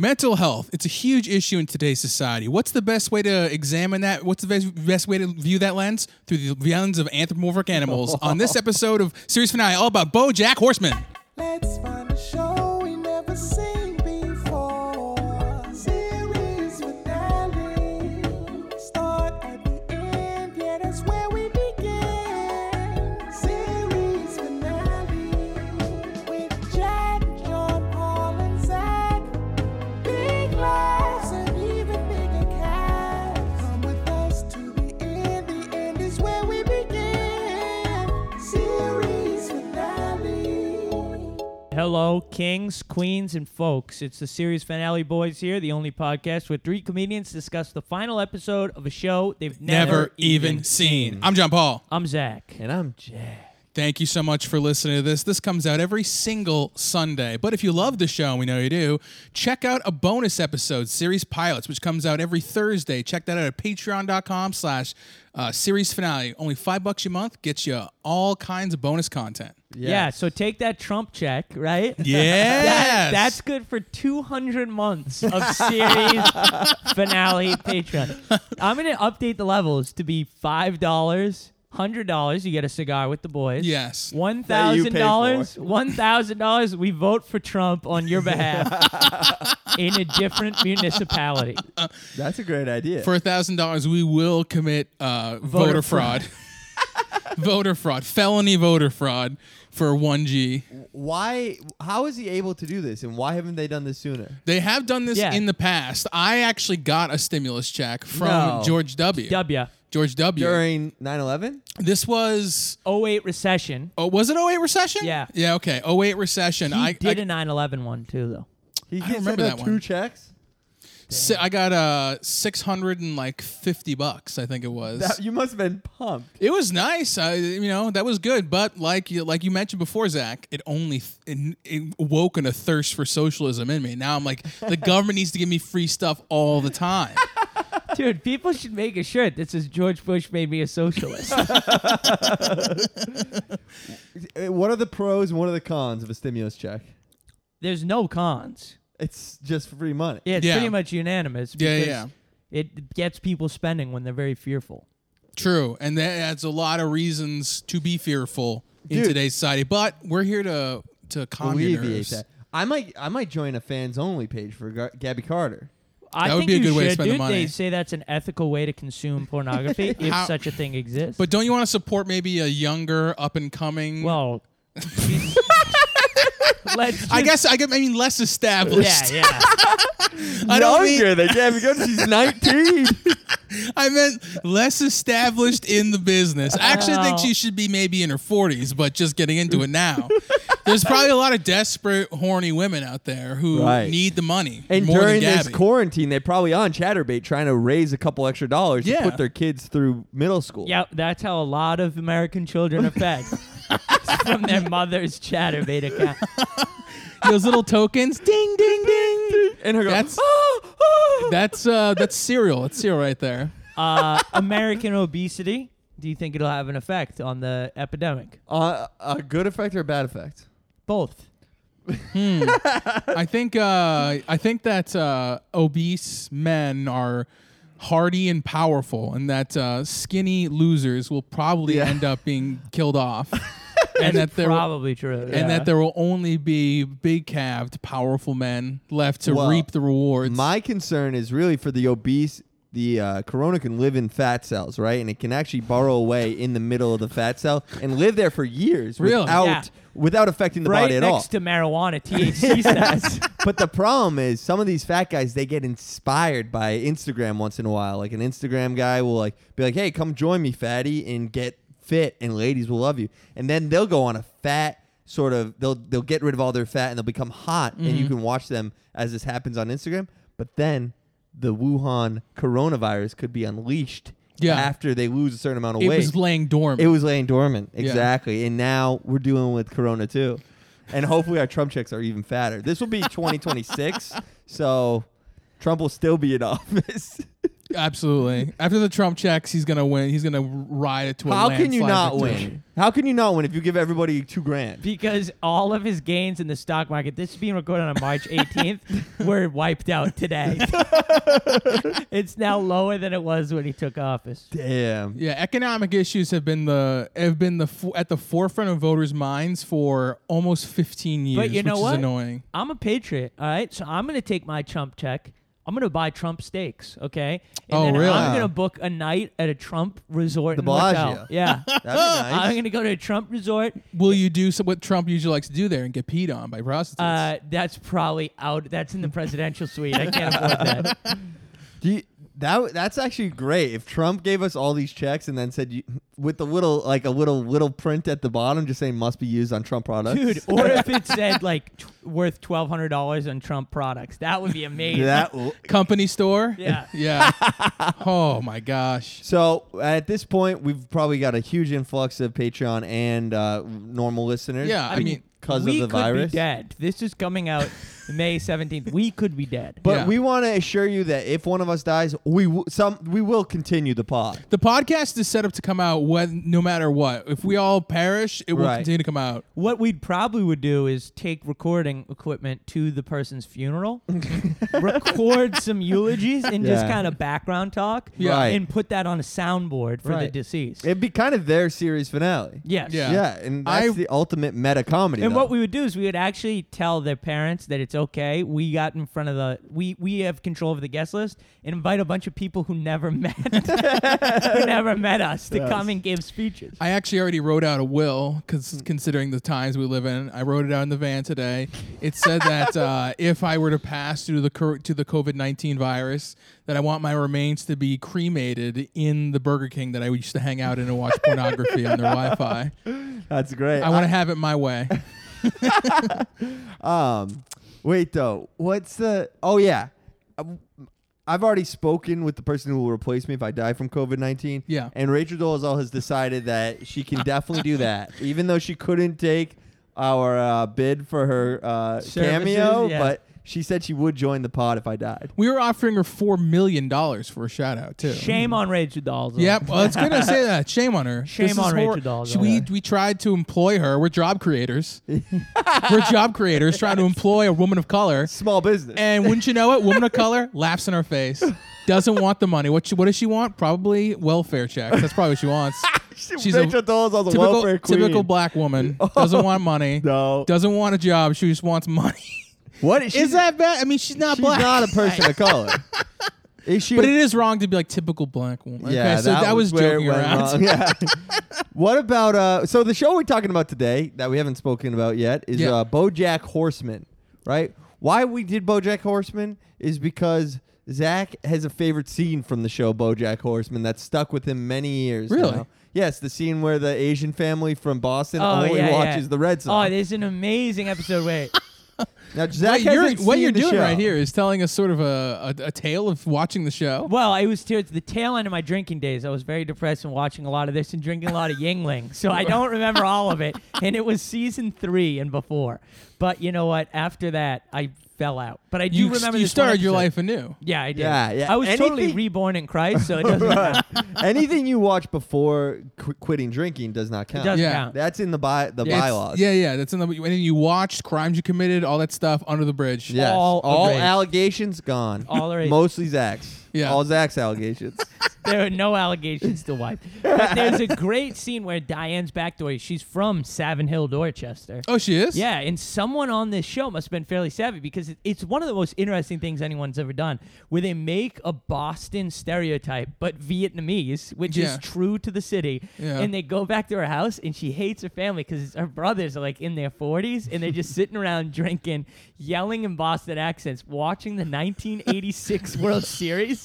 Mental health, it's a huge issue in today's society. What's the best way to examine that? What's the best, best way to view that lens? Through the lens of anthropomorphic animals on this episode of Series Finale, all about Bojack Horseman. Let's find a show we never seen before. Series finale. Start at the end, yeah, that's where we begin. Series finale with Jack, John, Paul, and Zach. Big laughs and even bigger cats. Come with us to the end. The end is where we begin. Series finale. Hello, kings, queens, and folks. It's the series finale boys here, the only podcast where three comedians discuss the final episode of a show they've never, Never even seen. I'm John Paul. I'm Zach. And I'm Jack. Thank you so much for listening to this. This comes out every single Sunday. But if you love the show, and we know you do, check out a bonus episode, Series Pilots, which comes out every Thursday. Check that out at patreon.com slash uh, series finale. Only five bucks a month gets you all kinds of bonus content. Yeah. so take that Trump check, right? Yeah. That- that's good for 200 months of series finale Patreon. I'm going to update the levels to be $5. Hundred dollars, you get a cigar with the boys. Yes. One That you thousand pay dollars. for. One thousand dollars. We vote for Trump on your behalf in a different municipality. That's a great idea. For a thousand dollars, we will commit uh, voter, fraud. voter fraud. Felony voter fraud for one G. why? How is he able to do this, and why haven't they done this sooner? They have done this Yeah. in the past. I actually got a stimulus check from No. George W. W. George W. During 9/11? This was 08 recession. oh, was it 08 recession? Yeah. Yeah, okay. 08 recession. He I did I, a 9/11 one too, though. He don't gets remember sent out that two one. checks. si- I got uh 600 and like 50 bucks, I think it was. That- you must have been pumped. It was nice. I, you know, that was good. But like you, like you mentioned before, Zach, it only it, it woken a thirst for socialism in me. Now I'm like, the government needs to give me free stuff all the time. Dude, people should make a shirt that says George Bush made me a socialist. Uh, What are the pros and what are the cons of a stimulus check? There's no cons. It's just free money. Yeah, it's Yeah. pretty much unanimous. Yeah, yeah, because It gets people spending when they're very fearful. True, and that adds a lot of reasons to be fearful in Dude. today's society. But we're here to to calm your Alleviate nerves. that. I might, I might join a fans only page for Gar- Gabby Carter. I That would think be a you good way to should, spend the dude. money. They say that's an ethical way to consume pornography if How- such a thing exists. But don't you want to support maybe a younger, up and coming? well, let's. I just- guess I get. I mean, less Yeah, established. yeah. I don't mean. than Gabby Carter. She's 19. I meant less established in the business. I actually think Wow. she should be maybe in her forties, but just getting into it now. There's probably a lot of desperate, horny women out there who Right. need the money And more during than this Gabby. quarantine, they're probably on ChatterBait trying to raise a couple extra dollars Yeah. to put their kids through middle school. Yep, that's how a lot of American children are fed from their mother's chatterbait account. Those little tokens, ding, ding, ding. And her go, That's- "Ah, ah." That's uh, that's cereal. That's cereal right there. Uh, American obesity. Do you think it'll have an effect on the epidemic? Uh, a good effect or a bad effect? Both. I think uh, I think that uh, obese men are hardy and powerful, and that uh, skinny losers will probably Yeah. end up being killed off, That's and that there probably true. and that there will only be big calved, powerful men left to Well, reap the rewards. My concern is really for the obese. The uh, corona can live in fat cells, right? And it can actually burrow away in the middle of the fat cell and live there for years Really? without Yeah. without affecting the right body at next all. to marijuana THC stats. but the problem is some of these fat guys they get inspired by Instagram once in a while. Like an Instagram guy will like be like, "Hey, come join me, fatty, and get fit, and ladies will love you." And then they'll go on a fat sort of they'll they'll get rid of all their fat and they'll become hot, and Mm-hmm. you can watch them as this happens on Instagram. But then the Wuhan coronavirus could be unleashed Yeah. after they lose a certain amount of it weight. was laying dormant. It was laying dormant, exactly. And now we're dealing with Corona too, and hopefully our Trump checks are even fatter. This will be 2026, so Trump will still be in office. Absolutely. After the Trump checks, he's gonna win. He's gonna ride it to a How can you landslide not victory. win? How can you not win if you give everybody two grand? because all of his gains in the stock market, this is being recorded on March 18th, were wiped out today. it's now lower than it was when he took office. Damn. Yeah, economic issues have been the have been the fo- at the forefront of voters' minds for almost 15 years, But you know which what? is annoying. I'm a patriot, all right? So I'm going to take my Trump check. I'm going to buy Trump steaks, okay? And Oh, then really? I'm going to book a night at a Trump resort The and hotel. Bellagio. Yeah. That'd be I'm nice. going to go to a Trump resort. Will you do so what Trump usually likes to do there and get peed on by prostitutes? Uh, that's probably out. That's in the presidential suite. I can't afford that. Do you- that w- that's actually great. If Trump gave us all these checks and then said you, with a little like a little little print at the bottom just saying must be used on Trump products. Dude, or if it said like t- worth twelve hundred dollars on Trump products, that would be amazing. that w- Company store? Yeah. Yeah. oh my gosh. So at this point, we've probably got a huge influx of Patreon and uh, normal listeners. Yeah, I mean, because of we the could virus. be dead. This is coming out May seventeenth. We could be dead. But Yeah. we want to assure you that if one of us dies, we w- some we will continue the pod. The podcast is set up to come out when no matter what. If we all perish, it will Right. continue to come out. what we'd probably would do is take recording equipment to the person's funeral, record some eulogies and just Yeah. kind of background talk, Yeah. Right. and put that on a soundboard for the Right. deceased. It'd be kind of their series finale. yes. Yeah. Yeah, and that's I- the ultimate meta comedy. And though. what we would do is we would actually tell their parents that it's okay. We got in front of the we we have control over the guest list and invite a bunch of people who never met who never met us to come and give speeches. I actually already wrote out a will because considering the times we live in, I wrote it out in the van today. It said that uh, if I were to pass due to the cor- to the COVID nineteen virus, that I want my remains to be cremated in the Burger King that I used to hang out in and watch pornography on their Wi Fi. that's great. I want to have it my way. Um, wait though, what's the? Oh yeah, Um, I've already spoken with the person who will replace me if I die from COVID nineteen. Yeah. and Rachel Dolezal has decided that she can definitely do that, even though she couldn't take our uh, bid for her uh, Services, cameo. yeah. But she said she would join the pod if I died. We were offering her four million dollars for a shout out too. Shame on Rachel Dolls. Yep, well, it's good to say that. Shame on her. Shame This on is Rachel hor- Dolezal. She- We, Yeah. we tried to employ her. We're job creators. We're job creators trying to employ a woman of color. Small business. And wouldn't you know it, woman of color laughs in her face. Doesn't want the money. What she, what does she want? Probably welfare checks. That's probably what she wants. she's a Rachel Dolezal's a typical, welfare queen. typical black woman. Doesn't want money. No. Doesn't want a job. She just wants money. What is, Is that bad? I mean, she's not She's black. not a person of color. Is she? but it is wrong to be like typical black woman. Yeah, okay, so that, was, where it joking went around. wrong. Yeah. what about uh? So the show we're talking about today that we haven't spoken about yet is Yeah. uh, BoJack Horseman, right? Why we did BoJack Horseman is because Zach has a favorite scene from the show BoJack Horseman that stuck with him many years. Really? now. Yes, the scene where the Asian family from Boston Oh, only yeah, watches yeah. the Red Oh, Sox. there's an amazing episode. Wait, now Zach Wait, you're- hasn't what seen you're the doing show. right here is telling us sort of a, a, a tale of watching the show. well, I was towards the tail end of my drinking days. I was very depressed and watching a lot of this and drinking a lot of Yingling, so I don't remember all of it. And it was season three and before. But you know what? After that, I fell out. But I do You, remember you this one started your episode. life anew. Yeah, I did. Yeah, yeah. I was totally Anything- reborn in Christ, so it doesn't matter. Anything you watch before qu- quitting drinking does not count. doesn't Yeah. count. That's in the bi- the It's- bylaws. Yeah, yeah. That's in the and you watched crimes you committed, all that stuff under the bridge. Yes. All All, outraged. allegations gone. All outraged. Mostly Zach's. Yeah. All Zach's allegations. there are no allegations to wipe. But there's a great scene where Diane's backdoor. She's from Savin Hill, Dorchester. Oh, she is. Yeah, and someone on this show must have been fairly savvy because it- it's one of the most interesting things anyone's ever done, where they make a Boston stereotype but Vietnamese, which Yeah. is true to the city. Yeah. And they go back to her house, and she hates her family because her brothers are like in their forties, and they're just sitting around drinking, yelling in Boston accents, watching the 1986 World Series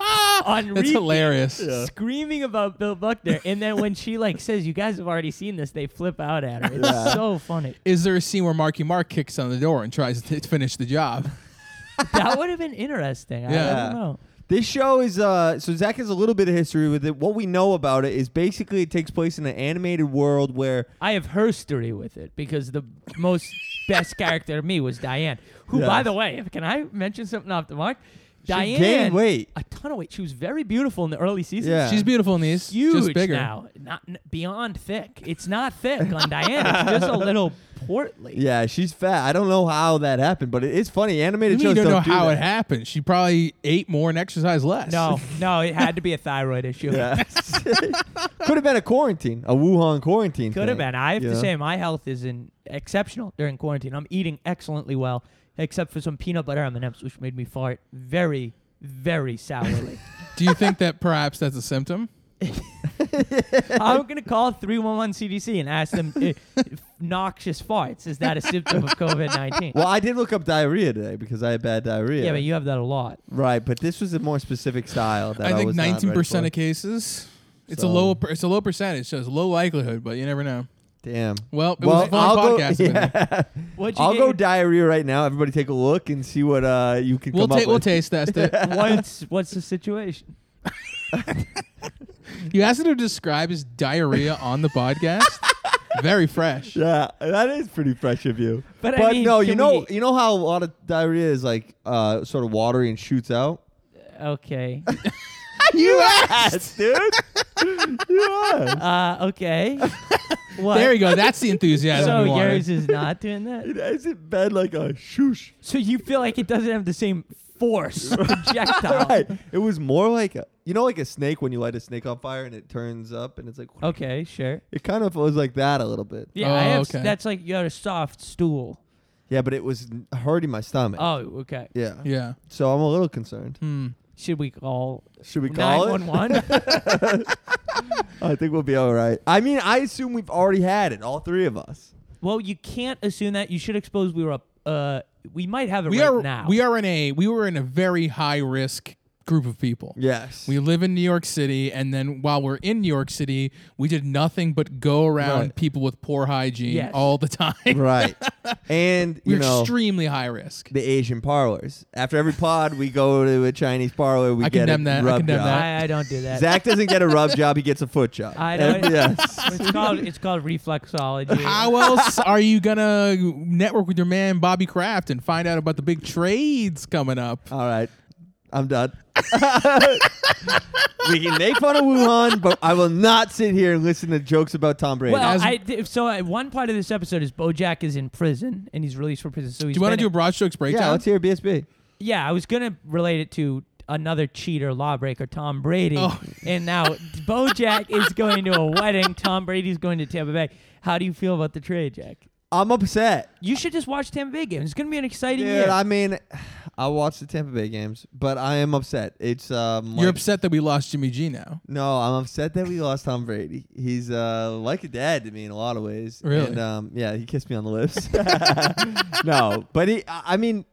on That's repeat hilarious. screaming about Bill Buckner. And then when she like says, "You guys have already seen this," they flip out at her. It's so funny. Is there a scene where Marky Mark kicks on the door and tries to finish the job? That would have been interesting. I Yeah. don't know. this show is uh so Zach has a little bit of history with it. What we know about it is basically it takes place in an animated world where I have herstory with it because the most best character to me was Diane, who, by Yes. the way, if, can I mention something off the mark? Diane gained weight. a ton of weight. She was very beautiful in the early seasons. Yeah. She's beautiful in these. huge just bigger. now, not n- beyond thick. It's not thick on Diane. It's just a little portly. Yeah, she's fat. I don't know how that happened, but it is funny. You Animated mean you shows don't know do how that. it happened. She probably ate more and exercised less. No, no, it had to be a thyroid issue. Could have been a quarantine, a Wuhan quarantine. Could have thing, been. I have you to know? say, my health is in exceptional during quarantine. I'm eating excellently well, except for some peanut butter M&Ms, which made me fart very, very sourly. Do you think that perhaps that's a symptom? I'm gonna call 311 CDC and ask them if if noxious farts is that a symptom of COVID-19? Well, I did look up diarrhea today because I had bad diarrhea. yeah, but you have that a lot. right, but this was a more specific style that I, I think was not ready nineteen percent for. of cases. It's a So- low. per- It's a low percentage, so it's low likelihood, but you never know. Damn. Well, it well, was a fun I'll podcast. go. with you. Yeah. What'd you I'll get go your- diarrhea right now. Everybody, take a look and see what uh you can We'll come take. up We'll with. taste test it. What's what's the situation? You asked him to describe his diarrhea on the podcast. Very fresh. Yeah, that is pretty fresh of you. But I mean, no, you can know, we- you know how a lot of diarrhea is like uh sort of watery and shoots out. Okay. you asked, dude. you asked. Uh, okay. What? There you go. That's the enthusiasm. So we wanted. yours is not doing that. Is it bad like a shoosh? So you feel like it doesn't have the same force, projectile. right. It was more like a, you know, like a snake when you light a snake on fire and it turns up and it's like, Okay, sure. it kind of was like that a little bit. Oh. Yeah, I Oh, have, s- okay. that's like you had a soft stool. Yeah, but it was n- hurting my stomach. Oh, okay. yeah. Yeah. So I'm a little concerned. Hmm. Should we call Should we call it? 911? I think we'll be all right. I mean, I assume we've already had it, all three of us. well, you can't assume that. You should expose we were up. Uh, we might have it We right are. now. We are in a. We were in a very high risk group of people. Yes. We live in New York City, and then while we're in New York City, we did nothing but go around Right. people with poor hygiene Yes. all the time. right. And, you We're know, extremely high risk. the Asian parlors. After every pod, we go to a Chinese parlor. We I get condemn a that. I rub condemn job. that. I, I don't do that. Zach doesn't get a rub job. He gets a foot job. I don't. Yes. It's called it's called reflexology. How else are you gonna network with your man Bobby Kraft and find out about the big trades coming up? All right. I'm done. we can make fun of Wuhan, but I will not sit here and listen to jokes about Tom Brady. Well, As- I did- so uh, one part of this episode is BoJack is in prison and he's released from prison. So he's Do you want to been- do a broad strokes breakdown? yeah, let's hear BSB. Yeah, I was gonna relate it to another cheater lawbreaker, Tom Brady, Oh. and now BoJack is going to a wedding. Tom Brady's going to Tampa Bay. How do you feel about the trade, Jack? I'm upset. You should just watch Tampa Bay game. It's gonna be an exciting Dude, year. I mean, I watch the Tampa Bay games, but I am upset. It's um, You're like- upset that we lost Jimmy G now. No, I'm upset that we lost Tom Brady. He's uh, like a dad to me in a lot of ways. Really? And, um, yeah, he kissed me on the lips. no, but he, I I mean,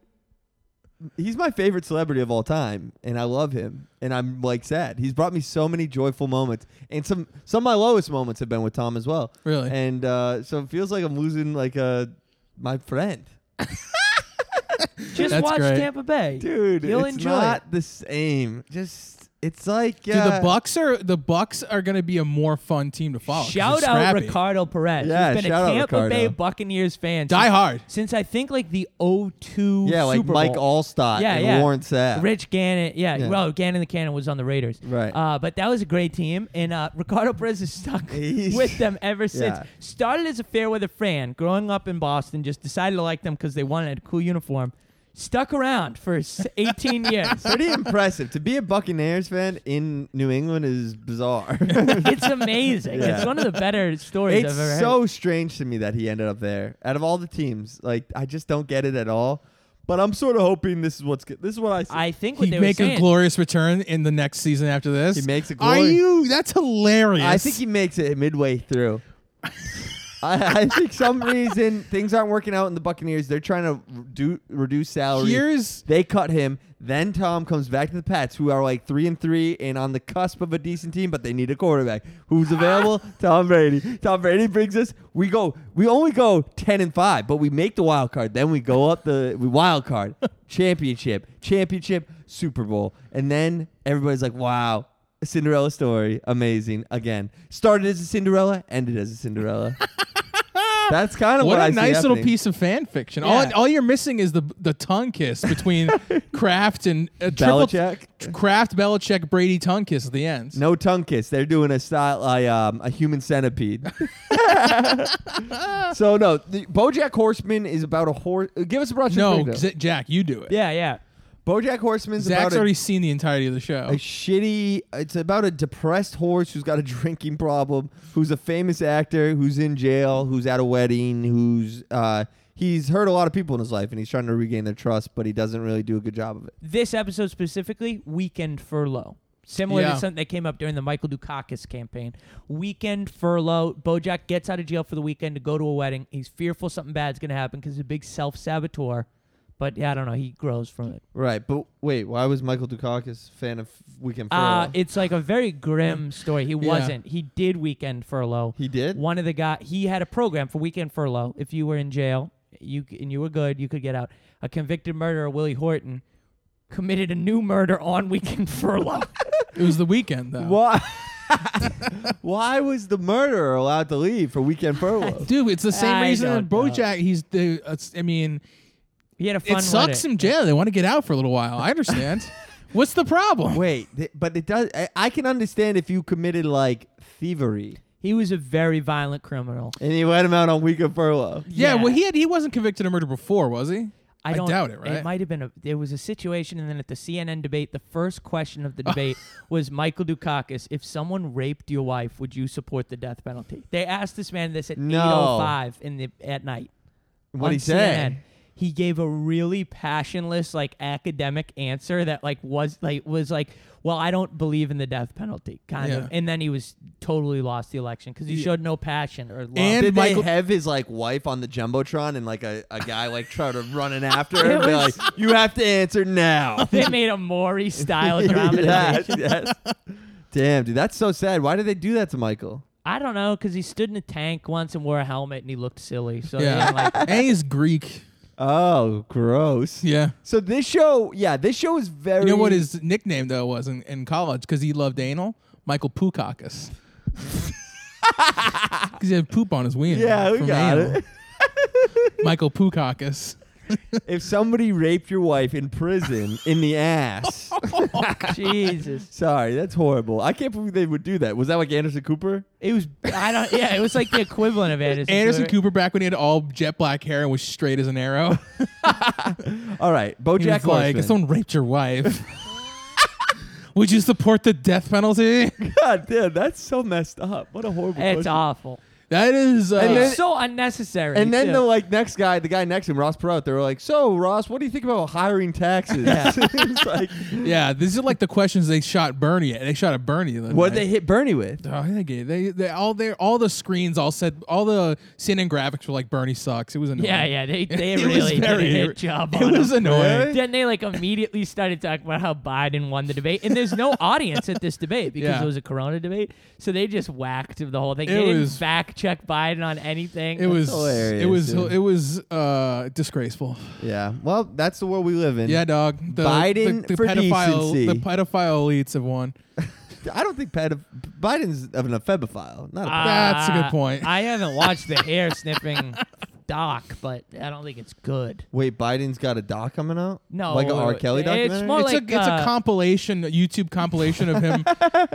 he's my favorite celebrity of all time, and I love him. And I'm like sad. He's brought me so many joyful moments, and some some of my lowest moments have been with Tom as well. Really? And uh, so it feels like I'm losing like uh, my friend, just That's watch great. Tampa Bay, dude. You'll it's enjoy not the same. Just it's like Dude, uh, the Bucks are the Bucks are gonna be a more fun team to follow. Oh, it. 'cause Shout they're out scrappy. Ricardo Perez. Yeah, he's been shout a out Tampa Bay Ricardo. Buccaneers fan. Die since- hard. Since I think like the 02 Yeah, like Super Mike Bowl. Allstott Yeah, and yeah. Warren Sapp. Rich Gannon, yeah, Yeah. Well, Gannon the Cannon was on the Raiders, Right. Uh, but that was a great team, and uh, Ricardo Perez is stuck He's- with them ever since. Yeah. Started as a fair weather fan, growing up in Boston, just decided to like them because they wanted a cool uniform. Stuck around for s- 18 years. pretty impressive. To be a Buccaneers fan in New England is bizarre. It's amazing. Yeah. It's one of the better stories it's I've ever heard. so strange to me that he ended up there. Out of all the teams, like I just don't get it at all. But I'm sort of hoping this is what's good. This is what I see. I think what He'd they make were a saying. glorious return in the next season after this. He makes a Are glory- you? That's hilarious. I think he makes it midway through. I, I think some reason things aren't working out in the Buccaneers. They're trying to redu- reduce salary. Here's They cut him. Then Tom comes back to the Pats, who are like three and three and on the cusp of a decent team, but they need a quarterback. Who's available? Tom Brady. Tom Brady brings us. We go. We only go ten and five, but we make the wild card. Then we go up the we wild card championship, championship, Super Bowl, and then everybody's like, "Wow, a Cinderella story, amazing." Again, started as a Cinderella, ended as a Cinderella. That's kind of What what, a I see nice little happening. piece of fan fiction. Yeah. All, all you're missing is the the tongue kiss between Kraft and uh, triple- Belichick? Kraft, Belichick, Brady tongue kiss at the end. No tongue kiss. They're doing a style like um, a human centipede. so no, the, BoJack Horseman is about a horse. Give us a Broad No, Street Breakdown. Z- Jack, you do it. Yeah, yeah. BoJack Horseman's Zach's about a already oh. seen the entirety of the show. a shitty it's about a depressed horse who's got a drinking problem who's a famous actor who's in jail who's at a wedding who's uh he's hurt a lot of people in his life and he's trying to regain their trust but he doesn't really do a good job of it This episode specifically, weekend furlough. Similar Yeah. to something that came up during the Michael Dukakis campaign. Weekend furlough. Bojack gets out of jail for the weekend to go to a wedding. He's fearful something bad's going to happen because he's a big self saboteur. But yeah, I don't know. He grows from it. right but wait why was michael dukakis a fan of weekend Furlough? Uh, it's like a very grim story. He wasn't. He did weekend furlough. he did One of the guy he had a program for weekend furlough. If you were in jail, you c- and you were good, you could get out. A convicted murderer, Willie Horton, committed a new murder on weekend furlough. it was the weekend though. why why was the murderer allowed to leave for weekend furlough Dude, it's the same I reason that don't know. BoJack. He's the. it's- I mean, He had a fun. it sucks wedding. in jail. They want to get out for a little while. I understand. What's the problem? wait th- but it does I, I can understand if you committed like thievery He was a very violent criminal. and you let him out on weekend furlough yeah, yeah. well, he had he wasn't convicted of murder before, was he? I, don't, doubt it, right? It might have been a. There was a situation, and then at the CNN debate, the first question of the debate was Michael Dukakis: If someone raped your wife, would you support the death penalty? They asked this man this at No. 8:05 in the at night. what on he said CNN. He gave a really passionless, like academic answer that like was like was like, well, I don't believe in the death penalty, kind Yeah. of. And then he was totally lost the election because he showed no passion or love. And- Did Michael- they have his like wife on the jumbotron and like a, a guy like try to run in after her It and be like, was- "You have to answer now." they made a Maury style drama. yes, yes. Damn, dude, that's so sad. Why did they do that to Michael? I don't know because he stood in a tank once and wore a helmet and he looked silly. So yeah, Yeah. like, A is Greek. Oh, gross. Yeah. So this show, yeah, this show is very. You know what his nickname though was in, in college because he loved anal? Michael Pukakis. Because he had poop on his wiener. Yeah, we from got anal. it. Michael Pukakis. If somebody raped your wife in prison in the ass, Jesus, sorry, that's horrible. I can't believe they would do that. Was that like Anderson Cooper? it was. I don't. Yeah, it was like the equivalent of Anderson. Anderson Cooper. Cooper back when he had all jet black hair and was straight as an arrow. All right, He BoJack was like, Horseman. if someone raped your wife, would you support the death penalty? God damn, that's so messed up. What a horrible. It's question. awful. That is. Uh, And then- It's so unnecessary. And then too. the like next guy, the guy next to him, Ross Perot, they were like, "So Ross, what do you think about hiring taxes?" It's like, yeah, these are like the questions they shot Bernie at. They shot at Bernie. the other what they night. hit Bernie with? Oh, they, gave- they, they all their all the screens all said all the CNN graphics were like Bernie sucks. It was annoying. Yeah, yeah, they they It was really did a very- hit job. It on was him. annoying. Really? Then they like immediately started talking about how Biden won the debate, and there's no audience at this debate because Yeah. it was a Corona debate. So they just whacked the whole thing. It they was- didn't fact check Biden on anything. It was hilarious, it was dude. it was uh disgraceful. Yeah, well, that's the world we live in. Yeah, dog. The, Biden the, the for pedophile decency. the pedophile elites have won. I don't think pedo- Biden's of an ephebophile. Not a Uh, That's a good point. I haven't watched the hair sniffing doc, but I don't think it's good. wait, Biden's got a doc coming out. No, like a R. Kelly it's documentary. more It's like, a it's a uh, compilation, a YouTube compilation of him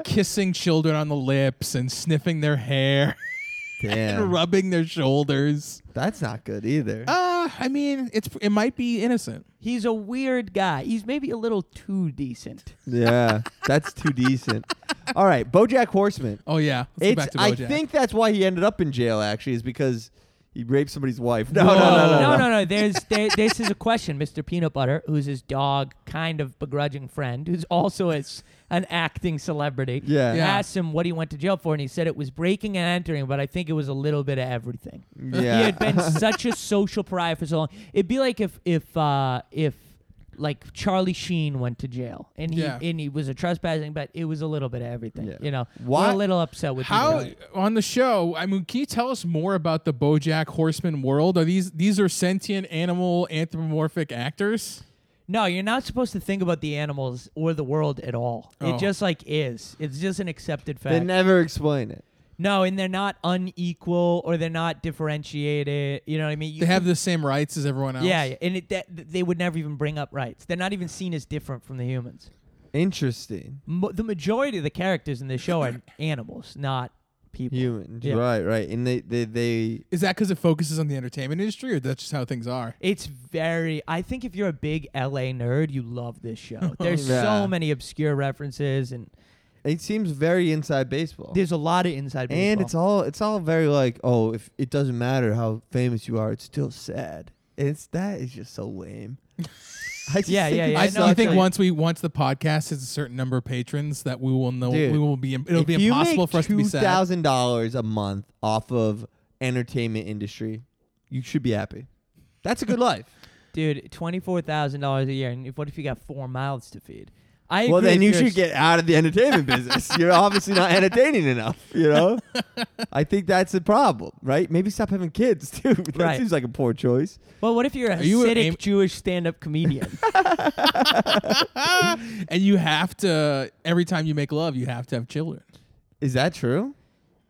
kissing children on the lips and sniffing their hair and Damn, rubbing their shoulders. that's not good either. Uh, I mean, it's it might be innocent. He's a weird guy. He's maybe a little too decent. yeah, that's too decent. All right, BoJack Horseman. Oh yeah, let's go It's. back to I BoJack. think that's why he ended up in jail. Actually, is because he raped somebody's wife. No, Whoa. no, no, no, no, no, no, no. There's there, this is a question, Mr. Peanut Butter, who's his dog, kind of begrudging friend, who's also is an acting celebrity. Yeah. Yeah. Asked him what he went to jail for, and he said it was breaking and entering, but I think it was a little bit of everything. Yeah. He had been such a social pariah for so long. It'd be like if if uh, if like Charlie Sheen went to jail and he Yeah. and he was a trespassing, but it was a little bit of everything. Yeah. You know, Why- we're a little upset with you, How Charlie. on the show? I mean, can you tell us more about the BoJack Horseman world? Are these these are sentient animal anthropomorphic actors? No, you're not supposed to think about the animals or the world at all. Oh. It just like is. It's just an accepted They fact. never explain it. No, and they're not unequal or they're not differentiated. You know what I mean? You They have can- the same rights as everyone else. yeah, yeah, and it, that, they would never even bring up rights. They're not even seen as different from the humans. Interesting. Mo- the majority of the characters in this show are animals, not people. Humans. Yeah. Right, right. And they, they, they Is that because it focuses on the entertainment industry, or that's just how things are? It's very. I think if you're a big LA nerd, you love this show. There's Yeah. so many obscure references, and it seems very inside baseball. there's a lot of inside. Baseball. and it's all it's all very like, oh, if it doesn't matter how famous you are, it's still sad. It's that is just so lame. I just Yeah, yeah, it's I, yeah, no, I it's think like- once we once the podcast hits a certain number of patrons, that we will know Dude, we will be it'll if be you impossible make for us to be Two sad. thousand dollars a month off of entertainment industry, you should be happy. That's a good life. dude, twenty four thousand dollars a year, and if, what if you got four mouths to feed? I well, agree if then you you're a should get out of the entertainment business. You're obviously not entertaining enough. You know, I think that's the problem, right? Maybe stop having kids too. That Right. seems like a poor choice. Well, what if you're a Are you Hasidic aim- Jewish stand-up comedian? and you have to every time you make love, you have to have children. Is that true?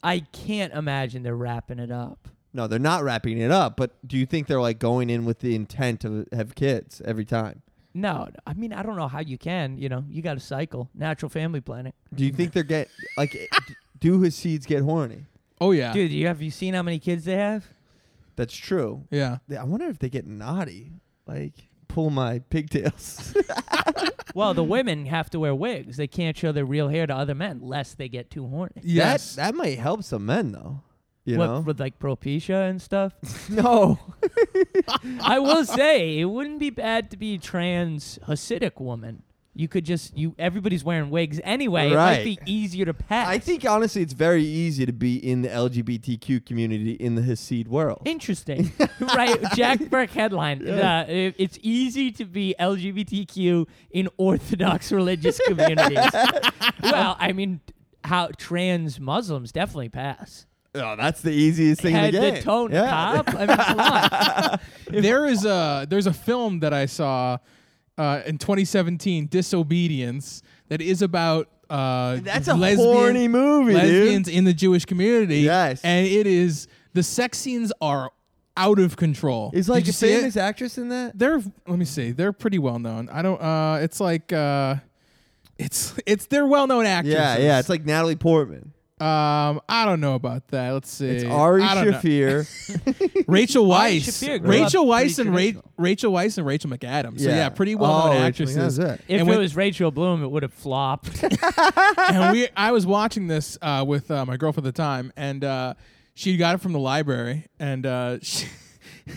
I can't imagine they're wrapping it up. No, they're not wrapping it up. But do you think they're like going in with the intent to have kids every time? No, no, I mean I don't know how you can. You know, you got to cycle natural family planning, Do you think they're get like? d- do his seeds get horny? Oh yeah, dude. You have you seen how many kids they have? That's true. yeah. I wonder if they get naughty, like pull my pigtails. Well, the women have to wear wigs. They can't show their real hair to other men, lest they get too horny. Yes, That that might help some men though. You what, know? with like propecia and stuff. no. I will say it wouldn't be bad to be a trans Hasidic woman. You could just you everybody's wearing wigs anyway. Right. It might be easier to pass. I think honestly it's very easy to be in the LGBTQ community in the Hasid world. Interesting, right? Jack Burke headline: uh, it- "It's easy to be LGBTQ in Orthodox religious communities." well, I mean, how trans Muslims definitely pass. Oh, that's the easiest thing Head to get. to toe Yeah. cop. I mean, come on. there is a there's a film that I saw uh, in 2017, Disobedience, that is about uh, That's a lesbian, horny movie, dude. lesbians in the Jewish community. Yes. and it is the sex scenes are out of control. Is Did like you a see it? famous actress in that? they're let me see they're pretty well known i don't uh it's like uh it's it's they're well known actors Yeah, yeah. It's like Natalie Portman. um i don't know about that let's see It's Ari I don't know. Shafir. rachel Ari weiss Shaffir grew rachel up weiss pretty and Ra- traditional. rachel weiss and rachel mcadams so Yeah. yeah pretty well known Oh, Rachel actresses McAdams, yeah. and, If it when- was Rachel Bloom, it would have flopped. and we i was watching this uh with uh, my girlfriend at the time and uh she got it from the library and uh she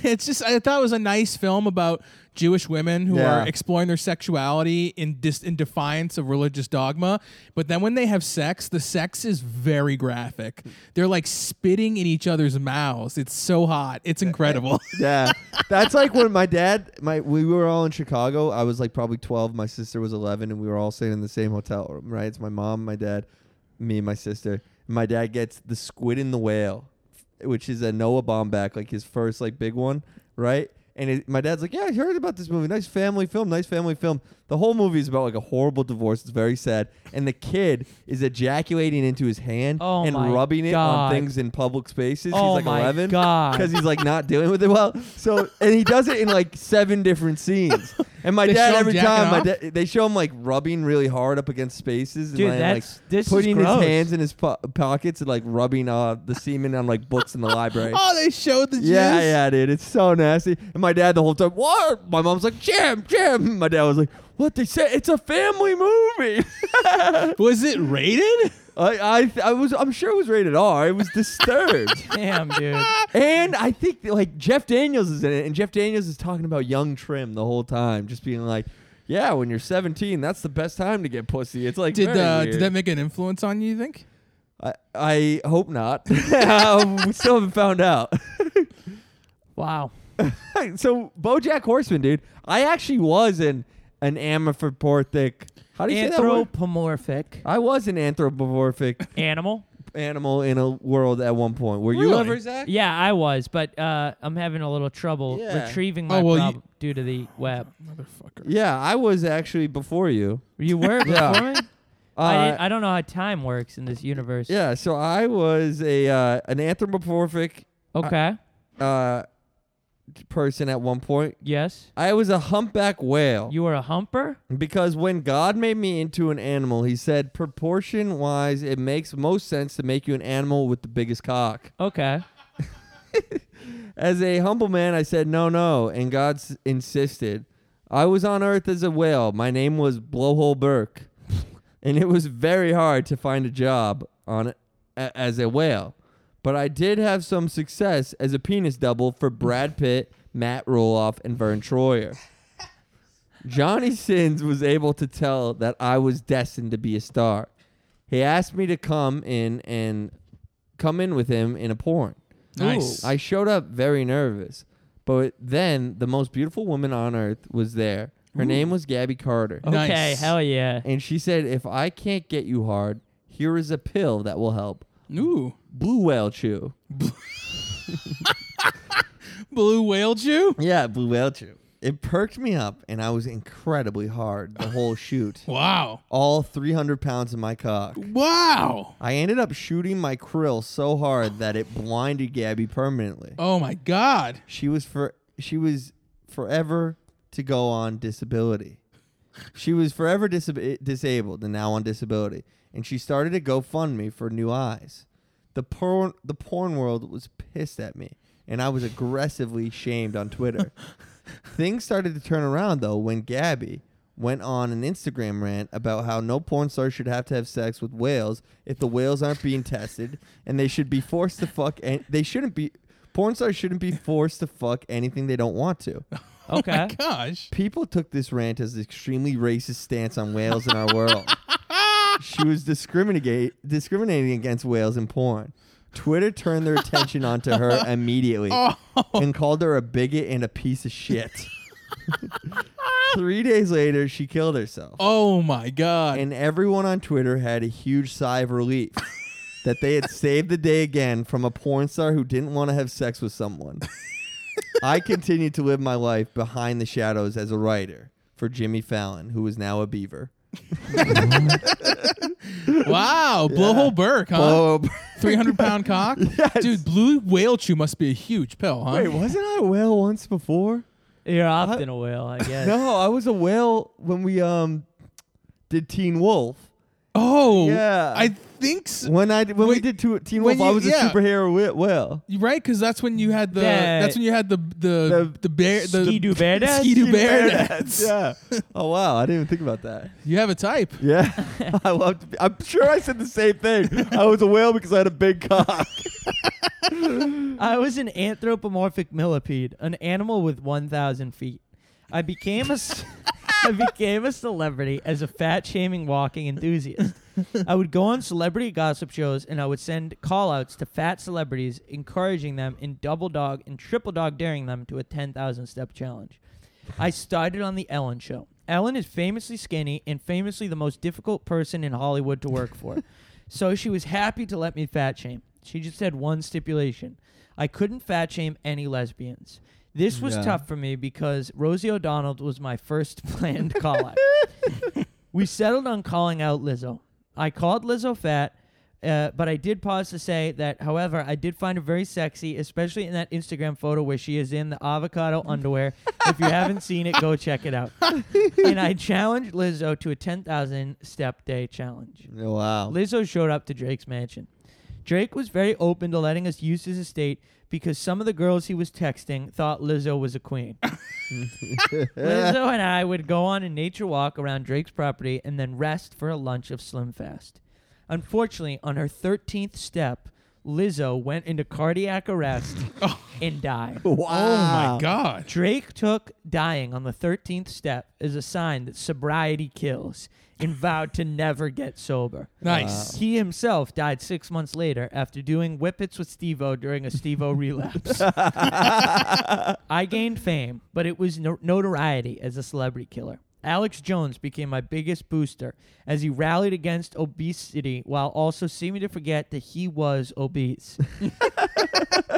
It's just I thought it was a nice film about Jewish women who Yeah. are exploring their sexuality in dis- in defiance of religious dogma. But then when they have sex, the sex is very graphic. They're like spitting in each other's mouths. It's so hot. It's incredible. yeah. That's like when my dad my we were all in Chicago. I was like probably twelve, my sister was eleven, and we were all staying in the same hotel room, right? It's my mom, my dad, me and my sister. My dad gets the squid and the whale, which is a Noah Baumbach, like his first like big one, right? And it, my dad's like, yeah, I heard about this movie. Nice family film. Nice family film. The whole movie is about like a horrible divorce. It's very sad. And the kid is ejaculating into his hand Oh and my rubbing it on God. things in public spaces. Oh he's like my 11 God. because he's like not dealing with it well. So and he does it in like seven different scenes. And my They dad show him every jacking time, my off? da- they show him like rubbing really hard up against spaces and Dude, like, that's- like this is putting gross. his hands in his po- pockets and like rubbing uh, the semen on like books in the library. oh, they showed the Yeah, juice? yeah, dude. It's so nasty. And my dad the whole time, what? My mom's like, Jim, Jim. My dad was like, what they say? It's a family movie. Was it rated? I, I, I was, I'm sure it was rated R. It was disturbed. Damn, dude. And I think that, like Jeff Daniels is in it, and Jeff Daniels is talking about young trim the whole time, just being like, "Yeah, when you're 17, that's the best time to get pussy." It's like Did very uh, weird. did that make an influence on you? You think? I, I hope not. Um, we still haven't found out. Wow. so BoJack Horseman, dude, I actually was an an amorphic. How do you say that word? Anthropomorphic I was an anthropomorphic animal. animal in a world at one point. Were you Really? ever Zach? Yeah, I was, but uh, I'm having a little trouble Yeah. retrieving Oh, my well, you- problem due to the web. Motherfucker. Yeah, I was actually before you. You were before Yeah. me? I, Uh, didn't, I don't know how time works in this universe. Yeah, so I was a uh, an anthropomorphic Okay. uh, person at one point. yes. I was a humpback whale You were a humper. because when God made me into an animal, He said, proportion wise, it makes most sense to make you an animal with the biggest cock. Okay. As a humble man, I said, no, no, and God s- insisted. I was on Earth as a whale. My name was Blowhole Burke, and it was very hard to find a job on a- as a whale. But I did have some success as a penis double for Brad Pitt, Matt Roloff, and Vern Troyer. Johnny Sins was able to tell that I was destined to be a star. He asked me to come in and come in with him in a porn. Nice. I showed up very nervous, but then the most beautiful woman on earth was there. Her name was Gabby Carter. Okay. Nice. Hell yeah. And she said, If I can't get you hard, here is a pill that will help Ooh. blue whale chew. Blue whale Jew? Yeah, blue whale chew. It perked me up, and I was incredibly hard the whole shoot. Wow. All 300 pounds of my cock. Wow. I ended up shooting my krill so hard that it blinded Gabby permanently. Oh my God. She was for she was forever to go on disability. She was forever disab- disabled and now on disability, and she started a GoFundMe for new eyes. The porn the porn world was pissed at me, and I was aggressively shamed on Twitter. Things started to turn around though when Gabby went on an Instagram rant about how no porn star should have to have sex with whales if the whales aren't being tested, and they should be forced to fuck. And they shouldn't be porn stars shouldn't be forced to fuck anything they don't want to. Okay. My gosh. People took this rant as an extremely racist stance on whales in our world. She was discriminate discriminating against whales in porn. Twitter turned their attention onto her immediately Oh, and called her a bigot and a piece of shit. Three days later, she killed herself. Oh my God. And everyone on Twitter had a huge sigh of relief that they had saved the day again from a porn star who didn't want to have sex with someone. I continued to live my life behind the shadows as a writer for Jimmy Fallon, who is now a beaver. wow. Blowhole Burke, huh? Oh, 300 pound cock? Dude, blue whale chew must be a huge pill, huh? wait, wasn't I a whale once before? You're often a whale, I guess. uh, No, I was a whale when we um did Teen Wolf. Oh. Yeah. I think so. When I did- when we Wait, did two, Teen Wolf, when I you- was a yeah. superhero wh- whale. You Right, because that's when you had the Yeah. that's when you had the the The the, bear the Ski-Doo bear dads? Ski-Doo bear Bear dads. Yeah. Oh wow, I didn't even think about that. You have a type. Yeah, I love. To be, I'm sure I said the same thing. I was a whale because I had a big cock. I was an anthropomorphic millipede, an animal with 1,000 feet. I became a, c- I became a celebrity as a fat shaming walking enthusiast. I would go on celebrity gossip shows and I would send call outs to fat celebrities, encouraging them in double dog and triple dog daring them to a 10,000 step challenge. I started on The Ellen Show. Ellen is famously skinny and famously the most difficult person in Hollywood to work for. so she was happy to let me fat shame. She just had one stipulation I couldn't fat shame any lesbians. This was Yeah. tough for me because Rosie O'Donnell was my first planned call out. we settled on calling out Lizzo. I called Lizzo fat. Uh, but I did pause to say that, however, I did find her very sexy, especially in that Instagram photo where she is in the avocado underwear. If you haven't seen it, go check it out. and I challenged Lizzo to a 10,000 step day challenge. Oh, wow. Lizzo showed up to Drake's mansion. Drake was very open to letting us use his estate because some of the girls he was texting thought Lizzo was a queen. Lizzo and I would go on a nature walk around Drake's property and then rest for a lunch of Slim Fast. Unfortunately, on her 13th step, Lizzo went into cardiac arrest and died. Wow. Oh my god. Drake took dying on the 13th step as a sign that sobriety kills and vowed to never get sober. Nice. Uh, He himself died six months later after doing whippets with Stevo during a Stevo relapse. I gained fame, but it was no- notoriety as a celebrity killer. Alex Jones became my biggest booster as he rallied against obesity while also seeming to forget that he was obese.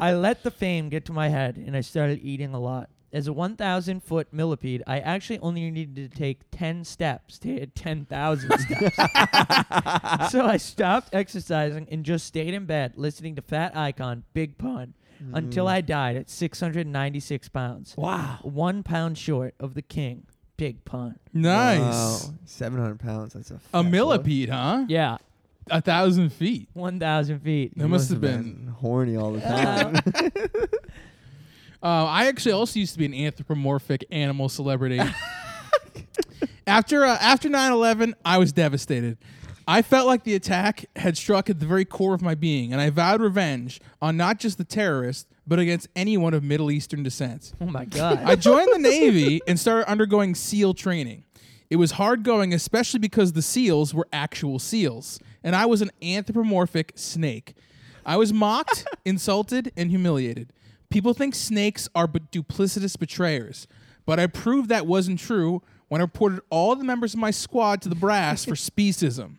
I let the fame get to my head and I started eating a lot. as a 1,000 foot millipede, I actually only needed to take 10 steps to hit 10,000 steps. Uh, so I stopped exercising and just stayed in bed listening to Fat Icon, Big Pun, until Mm. I died at 696 pounds. Wow. One pound short of the king, Big Pun. Nice. Wow. 700 pounds. That's a A fat millipede, huh? Yeah, A thousand feet. 1,000 feet. That boy. must have Must've been. horny all the time. Uh, I actually also used to be an anthropomorphic animal celebrity. after uh, after 9/11, I was devastated. I felt like the attack had struck at the very core of my being, and I vowed revenge on not just the terrorists, but against anyone of Middle Eastern descent. Oh my God. I joined the Navy and started undergoing SEAL training. It was hard going, especially because the SEALs were actual SEALs, and I was an anthropomorphic snake. I was mocked, insulted, and humiliated. People think snakes are but duplicitous betrayers, but I proved that wasn't true when I reported all the members of my squad to the brass for speciesism.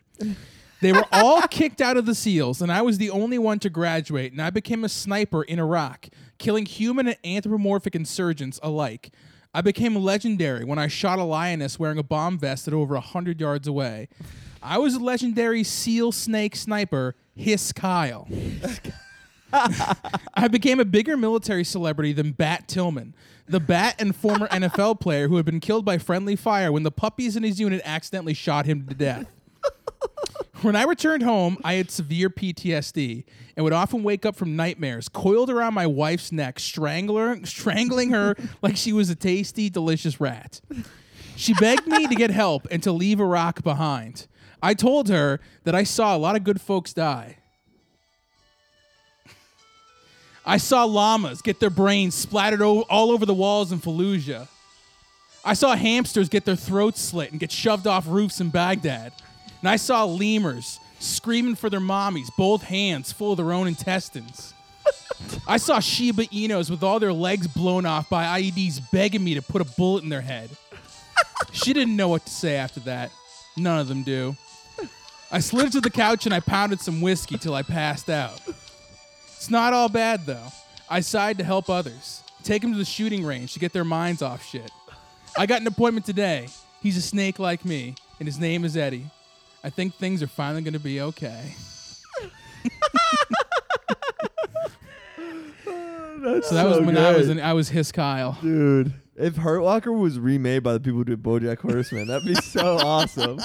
They were all kicked out of the SEALs, and I was the only one to graduate, and I became a sniper in Iraq, killing human and anthropomorphic insurgents alike. I became legendary when I shot a lioness wearing a bomb vest at over 100 yards away. I was a legendary SEAL snake sniper, Hiss Kyle. I became a bigger military celebrity than Bat Tillman, the bat and former NFL player who had been killed by friendly fire when the puppies in his unit accidentally shot him to death. When I returned home, I had severe PTSD and would often wake up from nightmares coiled around my wife's neck, strangler, strangling her like she was a tasty, delicious rat. She begged me to get help and to leave Iraq behind. I told her that I saw a lot of good folks die. I saw llamas get their brains splattered o- all over the walls in Fallujah. I saw hamsters get their throats slit and get shoved off roofs in Baghdad. And I saw lemurs screaming for their mommies, both hands full of their own intestines. I saw Shiba Inos with all their legs blown off by IEDs begging me to put a bullet in their head. She didn't know what to say after that. None of them do. I slid to the couch and I pounded some whiskey till I passed out. It's not all bad though. I decided to help others, take them to the shooting range to get their minds off shit. I got an appointment today. He's a snake like me, and his name is Eddie. I think things are finally going to be okay. so that was so when I was good. in, I was his Kyle. Dude, if Hurt Locker was remade by the people who did BoJack Horseman, that'd be so awesome.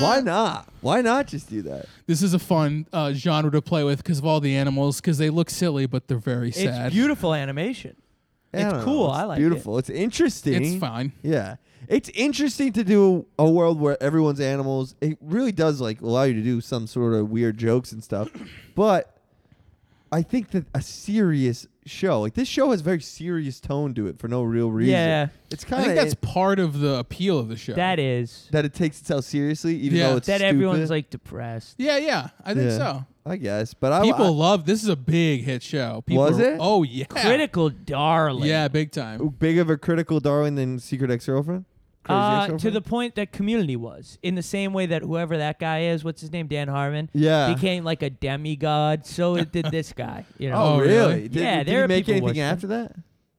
Why not? Why not just do that? This is a fun uh, genre to play with because of all the animals because they look silly but they're very it's sad. beautiful animation. I don't know. cool. It's I like it. beautiful. It's interesting. It's fine. Yeah. It's interesting to do a world where everyone's animals. It really does like allow you to do some sort of weird jokes and stuff. But I think that a serious show, like this show has a very serious tone to it for no real reason. Yeah. It's I kind think of that's part of the appeal of the show. That is. that it takes itself seriously even Yeah. though it's that stupid. everyone's like depressed. yeah, yeah, I think Yeah. so. I guess, but I People love this is a big hit show. People Was are- it? Oh yeah, Critical darling. Yeah, big time. I, big of a critical darling than Secret Ex-Girlfriend? Crazy Uh, to Ex-Girlfriend? the point that Community was, in the same way that whoever that guy is, what's his name, Dan Harmon, Yeah. became like a demigod. So it did this guy. You know, Oh, Oh, really? really? Did, Yeah, did there you are make people watching. anything after that?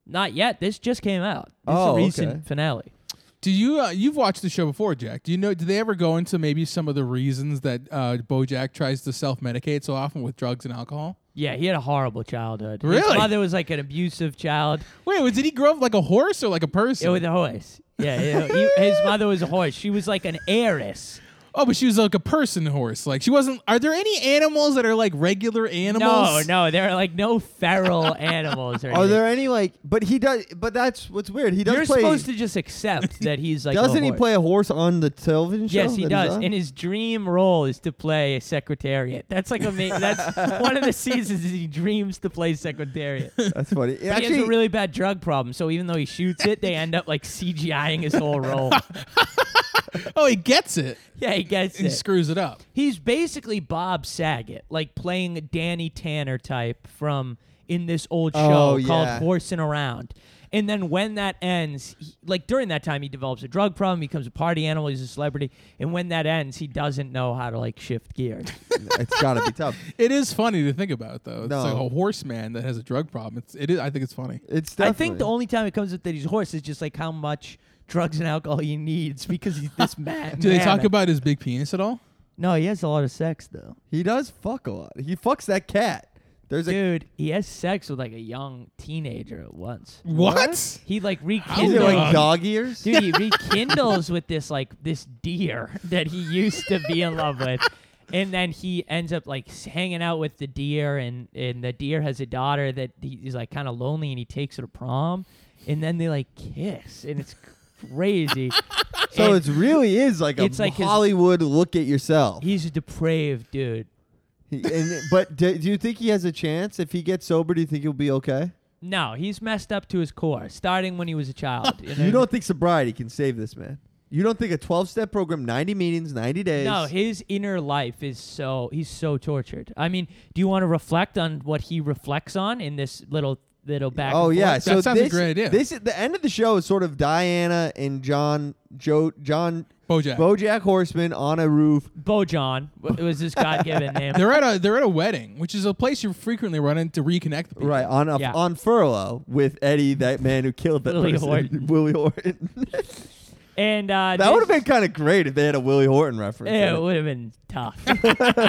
not yet. This just came out. This Oh, is a recent okay. finale. Do you uh, you've watched the show before, Jack? Do you know? Do they ever go into maybe some of the reasons that uh, BoJack tries to self medicate so often with drugs and alcohol? Yeah, he had a horrible childhood. Really? His mother was like an abusive child. Wait, was- did he grow up like a horse or like a person? It was a horse. Yeah, he- he- his mother was a horse. She was like an heiress. oh, but she was like a person horse. Like she wasn't. Are there any animals that are like regular animals? No, no, there are like no feral animals. Or Are anything. there any like? But he does. But that's what's weird. He does You're play. supposed to just accept that he's like. a doesn't he horse. play a horse on the television show? Yes, he that he's does. on? And his dream role is to play a secretariat. That's like a ma- that's one of the seasons is he dreams to play secretariat. But that's funny. It he has Actually, a really bad drug problem, so even though he shoots it, they end up like CGIing his whole role. Oh, he gets it. yeah, he gets He it. screws it up. He's basically Bob Saget, like playing a Danny Tanner type from in this old show Oh, called yeah. Horsing Around. And then when that ends, he, like during that time, he develops a drug problem, he becomes a party animal, he's a celebrity. And when that ends, he doesn't know how to like shift gears. it's got to be tough. It is funny to think about, though. It's No. like a horseman that has a drug problem. It's, it is, I think it's funny. It's. I think the definitely- only time it comes up that he's hoarse is just like how much drugs and alcohol he needs because he's this mad. Do they man. talk about his big penis at all? No, he has a lot of sex though. he does fuck a lot. He fucks that cat. There's a Dude, he has sex with like a young teenager at once. What? He like Is it rekindles. dog? like dog ears? Dude, he rekindles with this like this deer that he used to be in love with. And then he ends up like s- hanging out with the deer and and the deer has a daughter that he- he's like kind of lonely and he takes her to prom and then they like kiss and it's crazy. So And it really is like a It's like his- Hollywood look at yourself. he's a depraved dude. He- and- but do, do you think he has a chance if he gets sober? Do you think he'll be okay? No, he's messed up to his core starting when he was a child. you know? You don't think sobriety can save this man? You don't think a 12-step program, 90 meetings, 90 days? No, his inner life is so he's so tortured. I mean, do you want to reflect on what he reflects on in this little little back? Oh and yeah, forth? so That sounds a this- great idea. This is the end of the show is sort of Diana and John Joe John Bojack. Bojack Horseman on a roof. Bojan w- was his God-given name. they're at a they're at a wedding, which is a place you frequently run in to reconnect with people. Right on a, Yeah. on furlough with Eddie, that man who killed that Willie person, Horton. Willie Horton. And uh, that would have been kind of great if they had a Willie Horton reference. in It it. would have been tough.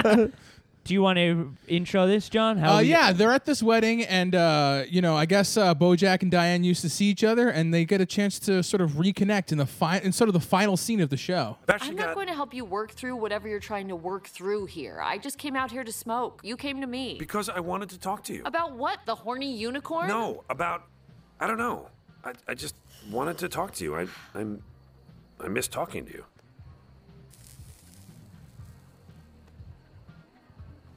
do you want to intro this, John? How Uh, we- yeah, they're at this wedding, and uh, you know, I guess uh, BoJack and Diane used to see each other, and they get a chance to sort of reconnect in the fi- in sort of the final scene of the show. I'm not going to help you work through whatever you're trying to work through here. I just came out here to smoke. You came to me. Because I wanted to talk to you. About what? The horny unicorn? No, about I don't know. I, I just wanted to talk to you. I I'm I miss talking to you.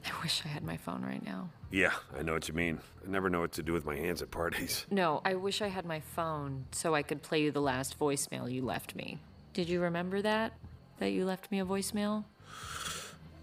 I wish I had my phone right now. Yeah, I know what you mean. I never know what to do with my hands at parties. No, I wish I had my phone so I could play you the last voicemail you left me. Did you remember that? That you left me a voicemail?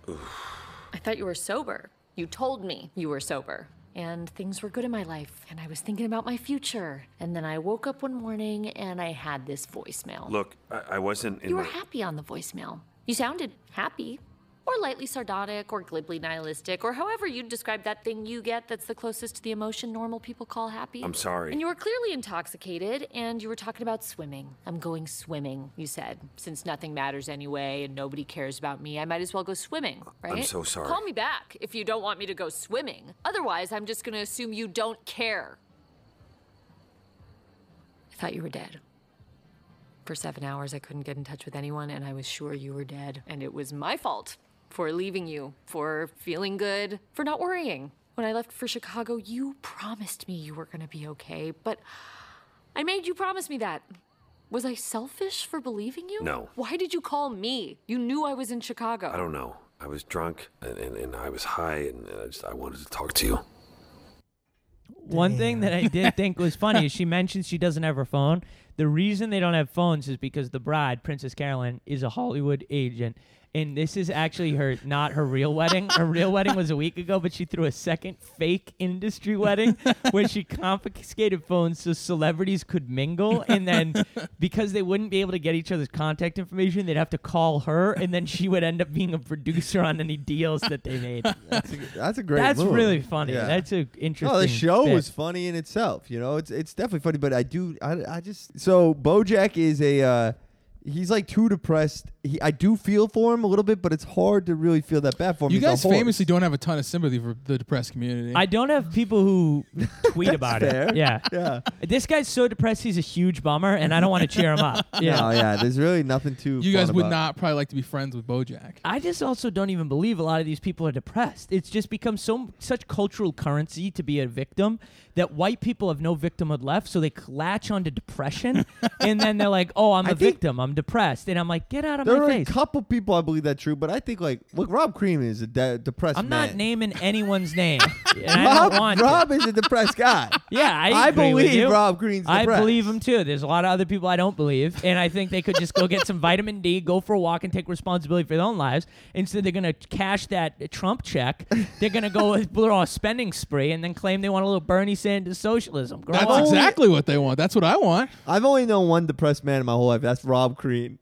I thought you were sober. You told me you were sober. And things were good in my life, and I was thinking about my future. And then I woke up one morning and I had this voicemail. Look, I, I wasn't in You were my- happy on the voicemail. You sounded happy, or lightly sardonic, or glibly nihilistic, or however you'd describe that thing you get that's the closest to the emotion normal people call happy. I'm sorry. And you were clearly intoxicated, and you were talking about swimming. I'm going swimming, you said. Since nothing matters anyway, and nobody cares about me, I might as well go swimming, right? so sorry. Call me back if you don't want me to go swimming. Otherwise, I'm just gonna assume you don't care. I thought you were dead. For seven hours, I couldn't get in touch with anyone, and I was sure you were dead. And it was my fault for leaving you, for feeling good, for not worrying. When I left for Chicago, you promised me you were gonna be okay, but I made you promise me that. Was I selfish for believing you? No. Why did you call me? You knew I was in Chicago. I don't know. I was drunk and, and, and I was high and I just I wanted to talk to you. One thing that I did think was funny is she mentions she doesn't have her phone. The reason they don't have phones is because the bride, Princess Carolyn, is a Hollywood agent. And this is actually her not her real wedding. Her real wedding was a week ago, but she threw a second fake industry wedding where she confiscated phones so celebrities could mingle and then because they wouldn't be able to get each other's contact information, they'd have to call her and then she would end up being a producer on any deals that they made. That's a, that's a great. That's move. really funny. Yeah. That's an interesting. No, the show bit. was funny in itself. You know, it's it's definitely funny, but I do I, I just so BoJack is a uh, he's like too depressed. He, I do feel for him a little bit, but it's hard to really feel that bad for him. You He's a guys horse. famously don't have a ton of sympathy for the depressed community. I don't have people who tweet about fair. it. Yeah. yeah. This guy's so depressed he's a huge bummer and I don't want to cheer him up. Yeah. No, yeah. There's really nothing too. you guys fun would about it. not probably like to be friends with BoJack. I just also don't even believe a lot of these people are depressed. It's just become so such cultural currency to be a victim that white people have no victimhood left, so they latch onto depression, and then they're like, "Oh, I'm a think- victim. I'm depressed, and I'm like, get out of There my are face. a couple people I believe that true, but I think like look, Rob Cream is a de- depressed. I'm man. not naming anyone's name. and I Rob, don't want to. Rob is a depressed guy. Yeah, I, I agree with believe you. Rob Greene's I depressed. believe him too. There's a lot of other people I don't believe, and I think they could just go get some vitamin D, go for a walk, and take responsibility for their own lives. Instead, they're gonna cash that Trump check. They're gonna go with blow on a spending spree, and then claim they want a little Bernie Sanders socialism. Grow That's Oh. up. exactly what they want. That's what I want. I've only known one depressed man in my whole life. That's Rob Crean.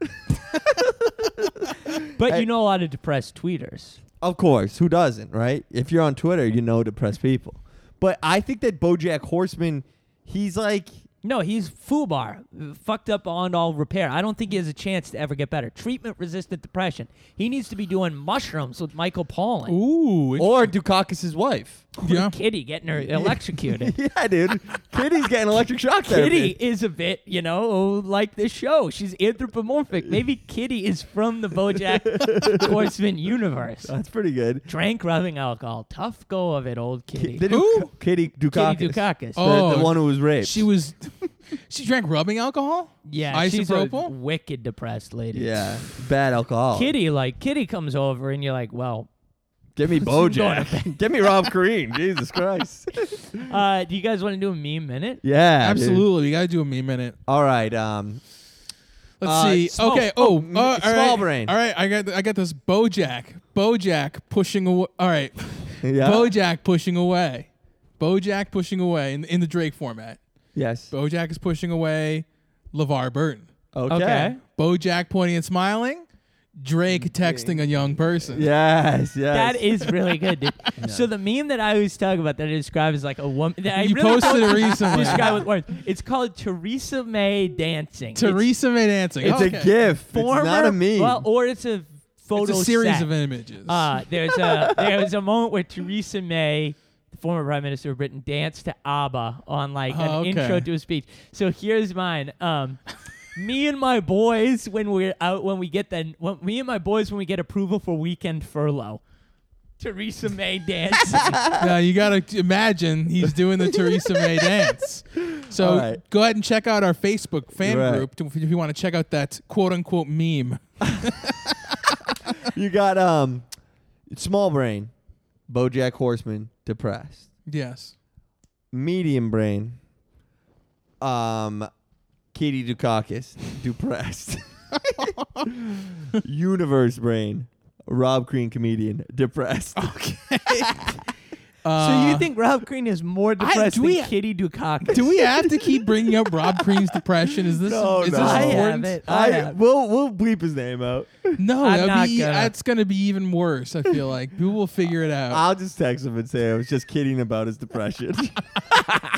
But you know a lot of depressed tweeters. Of course, who doesn't, right? If you're on Twitter, you know depressed people. But I think that BoJack Horseman, he's like No, he's foobar, fucked up on all repair. I don't think he has a chance to ever get better. Treatment resistant depression. He needs to be doing mushrooms with Michael Pollan. Ooh, it- or Dukakis's wife. yeah. Kitty getting her electrocuted. yeah, dude. Kitty's getting electric shock therapy. Kitty is a bit, you know, like this show. She's anthropomorphic. Maybe Kitty is from the BoJack Horseman universe. That's pretty good. Drank rubbing alcohol. Tough go of it, old Kitty. The Kitty Who? Duk- Kitty Dukakis. Dukakis. The, Oh. the one who was raped. She was. she drank rubbing alcohol. yeah, she's a isopropyl. wicked depressed lady. Yeah, bad alcohol. Kitty, like Kitty, comes over and you're like, well, Give me BoJack. Give me Rob Crean. Jesus Christ. uh, do you guys want to do a meme minute? Yeah, dude. Absolutely, we gotta do a meme minute. All right. Um, Let's Uh, see. small- okay. oh, Oh, m- uh, all small right. brain. All right. I got. I got this. BoJack. BoJack pushing away. All right. yeah. BoJack pushing away. BoJack pushing away in, in the Drake format. yes. BoJack is pushing away. LeVar Burton. okay. Okay. BoJack pointing and smiling. Mm, Drake texting a young person. Yes. Yes. That is really good, dude. So the meme that I always talk about that I describe as like a woman. That I You really posted don't it recently. Describe with words. It's called Theresa May dancing. It's Teresa May dancing. It's Okay. a GIF. it's not former- a meme. Well, or it's a photo. It's a series set. of images. Uh, there's a there was a moment where Theresa May, the former prime minister of Britain, danced to ABBA on like an Oh, okay. intro to a speech. So here's mine. Um, me and my boys when we're out when we get the when, me and my boys when we get approval for weekend furlough. Theresa May dancing. now you gotta t- imagine he's doing the Teresa May dance. So All right. go ahead and check out our Facebook fan Right. group to, if you want to check out that quote unquote meme. you got um, small brain, BoJack Horseman, depressed. Yes. Medium brain, um, Kitty Dukakis, depressed. Universe brain, Rob Green comedian, depressed. so you think Rob Green is more depressed Uh, do we- than Kitty Dukakis? Do we have to keep bringing up Rob Crean's depression? Is this No, is no. this I have important? it. I, I have. we'll we'll bleep his name out. No, I'm that'd not be- gonna. that's gonna be even worse. I feel like people will figure it out. I'll just text him and say I was just kidding about his depression.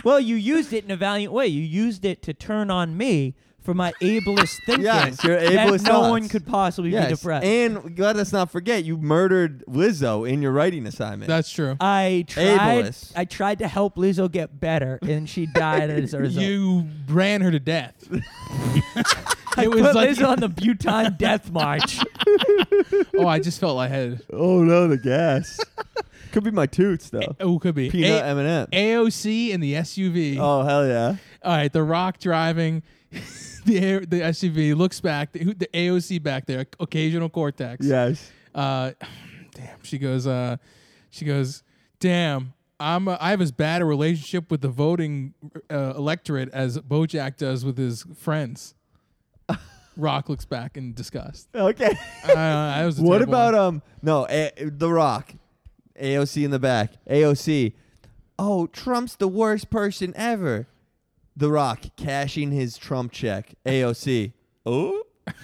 Well, you used it in a valiant way. You used it to turn on me for my ableist thinking. Yes, your that ableist No thoughts. one could possibly be depressed. And let us not forget, you murdered Lizzo in your writing assignment. that's true. I tried. Ableist. I tried to help Lizzo get better, and she died as a result. You ran her to death. I it was put like- Lizzo on the Bhutan death march. oh, I just felt I had. oh no, the gas. Could be my toots though. Oh, could be Peanut A- M&M. AOC in the SUV. oh hell yeah. All right, The Rock driving the air, the SUV looks back. The, who- the AOC back there, occasional cortex. Yes. Uh, damn. She goes. Uh, she goes. Damn. I'm. A, I have as bad a relationship with the voting uh, electorate as BoJack does with his friends. Rock looks back in disgust. Okay. Uh, that was a what terrible about one. um no, A- The Rock. AOC in the back. AOC. Oh, Trump's the worst person ever. The Rock cashing his Trump check. AOC. Oh? A-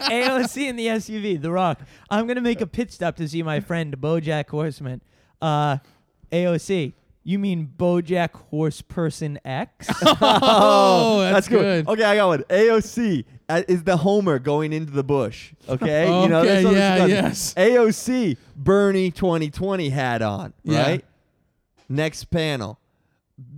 AOC in the SUV, The Rock. I'm gonna make a pit stop to see my friend BoJack Horseman. Uh, AOC. You mean BoJack Horseperson X? Oh, that's, good. Okay, I got one. AOC uh, is the Homer going into the bush. Okay, Okay, what this yeah, does. yes. AOC Bernie 2020 hat on. Yeah. Right. Next panel.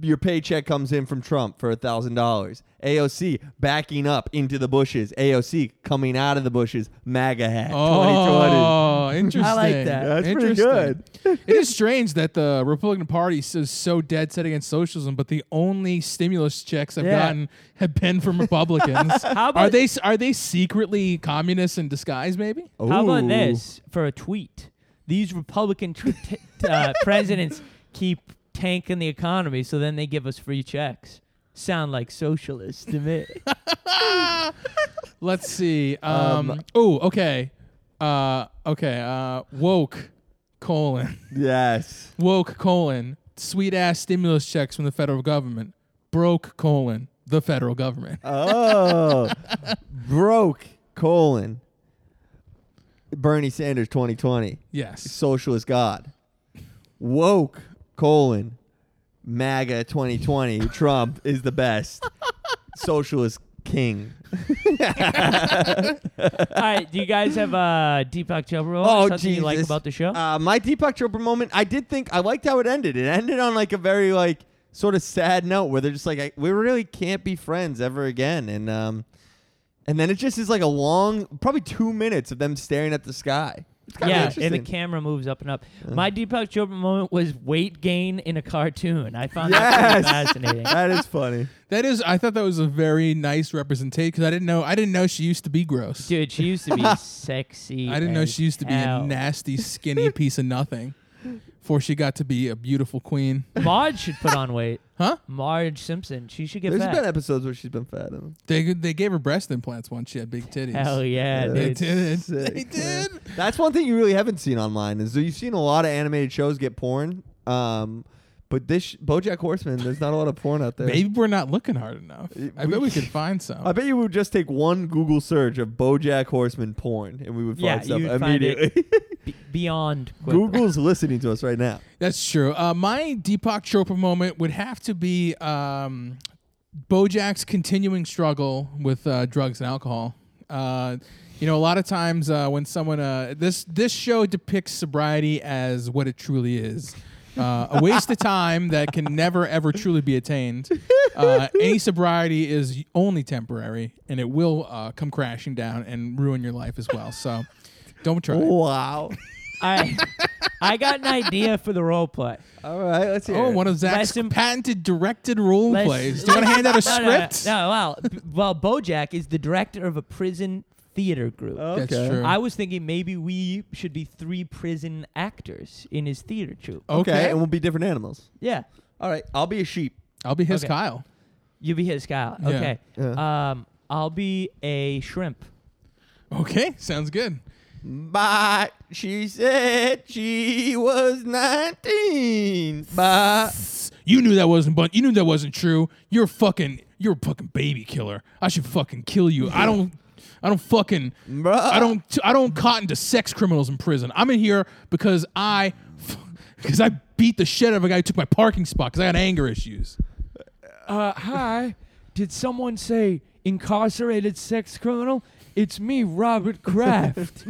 your paycheck comes in from Trump for $1,000. AOC backing up into the bushes. AOC coming out of the bushes. MAGA hat. 2020. Oh, interesting. uh, I like that. That's pretty Interesting. it is strange that the Republican Party is so dead set against socialism, but the only stimulus checks I've Yeah. gotten have been from Republicans. How are about- they are they secretly communists in disguise? Maybe. How about Ooh. this for a tweet? These Republican tr- t- t- uh, presidents keep tanking the economy, so then they give us free checks. Sound like socialists to me. Let's see. Um, oh, okay. Uh, okay. Uh, woke colon Yes. woke colon sweet ass stimulus checks from the federal government broke colon the federal government. Oh. broke colon. Bernie Sanders 2020. yes. Socialist God. Woke colon. MAGA 2020. Trump is the best. Socialist king. All right, do you guys have uh, Deepak Chopra? moment? Oh, something Jesus. you like about the show? Uh, my Deepak Chopra moment. I did think I liked how it ended. It ended on like a very like sort of sad note where they're just like, I, we really can't be friends ever again, and um, and then it just is like a long, probably two minutes of them staring at the sky. It's kind yeah, of and the interesting. Uh. camera moves up and up. My Deepak Chopra moment was weight gain in a cartoon. I found that Yes. pretty fascinating. that is funny. That is, I thought that was a very nice representation because I didn't know, I didn't know she used to be gross. Dude, she used to be sexy. I didn't know as she used to be a hell. nasty, skinny piece of nothing before she got to be a beautiful queen. Marge should put on weight. Huh? Marge Simpson. She should get There's fat. been episodes where she's been fat. and- They they gave her breast implants once she had big titties. Hell yeah, They dude. did. Sick, They man. did. That's one thing you really haven't seen online is you've seen a lot of animated shows get porn. Um, but this sh- BoJack Horseman, there's not a lot of porn out there. Maybe we're not looking hard enough. I we- Uh, bet we could find I some. bet you would just take one Google search of BoJack Horseman porn, and we would Yeah, find stuff you'd find it immediately. Be- beyond quick. Google's listening to us right now. That's true. Uh, my Deepak Chopra moment would have to be um, Bojack's continuing struggle with uh, drugs and alcohol. Uh, you know, a lot of times uh, when someone uh, this this show depicts sobriety as what it truly is. Uh, a waste of time that can never ever truly be attained. Uh, any sobriety is only temporary, and it will uh, come crashing down and ruin your life as well. So, don't try. Wow. I, I got an idea for the role play. All right, let's hear. Oh, it. one of Zach's Lesson- patented directed role Let's- plays. Do you want to hand out a No, no, no, script? no, well, b- well, Bojack is the director of a prison theater group. Oh. That's Okay. true. I was thinking maybe we should be three prison actors in his theater troupe. Oh. okay. okay, and we'll be different animals. Yeah, All right, I'll be a sheep. I'll be his Okay. Kyle. you be his Kyle. Yeah. Okay. Um, I'll be a shrimp. Okay, sounds good. But she said she was 19. But You knew that wasn't but you knew that wasn't true. You're a fucking you're a fucking baby killer. I should fucking kill you. I don't I don't fucking Bruh. I don't I don't cotton to sex criminals in prison. I'm in here because I because I beat the shit out of a guy who took my parking spot because I got anger issues. Uh, hi. Did someone say incarcerated sex criminal? It's me, Robert Kraft.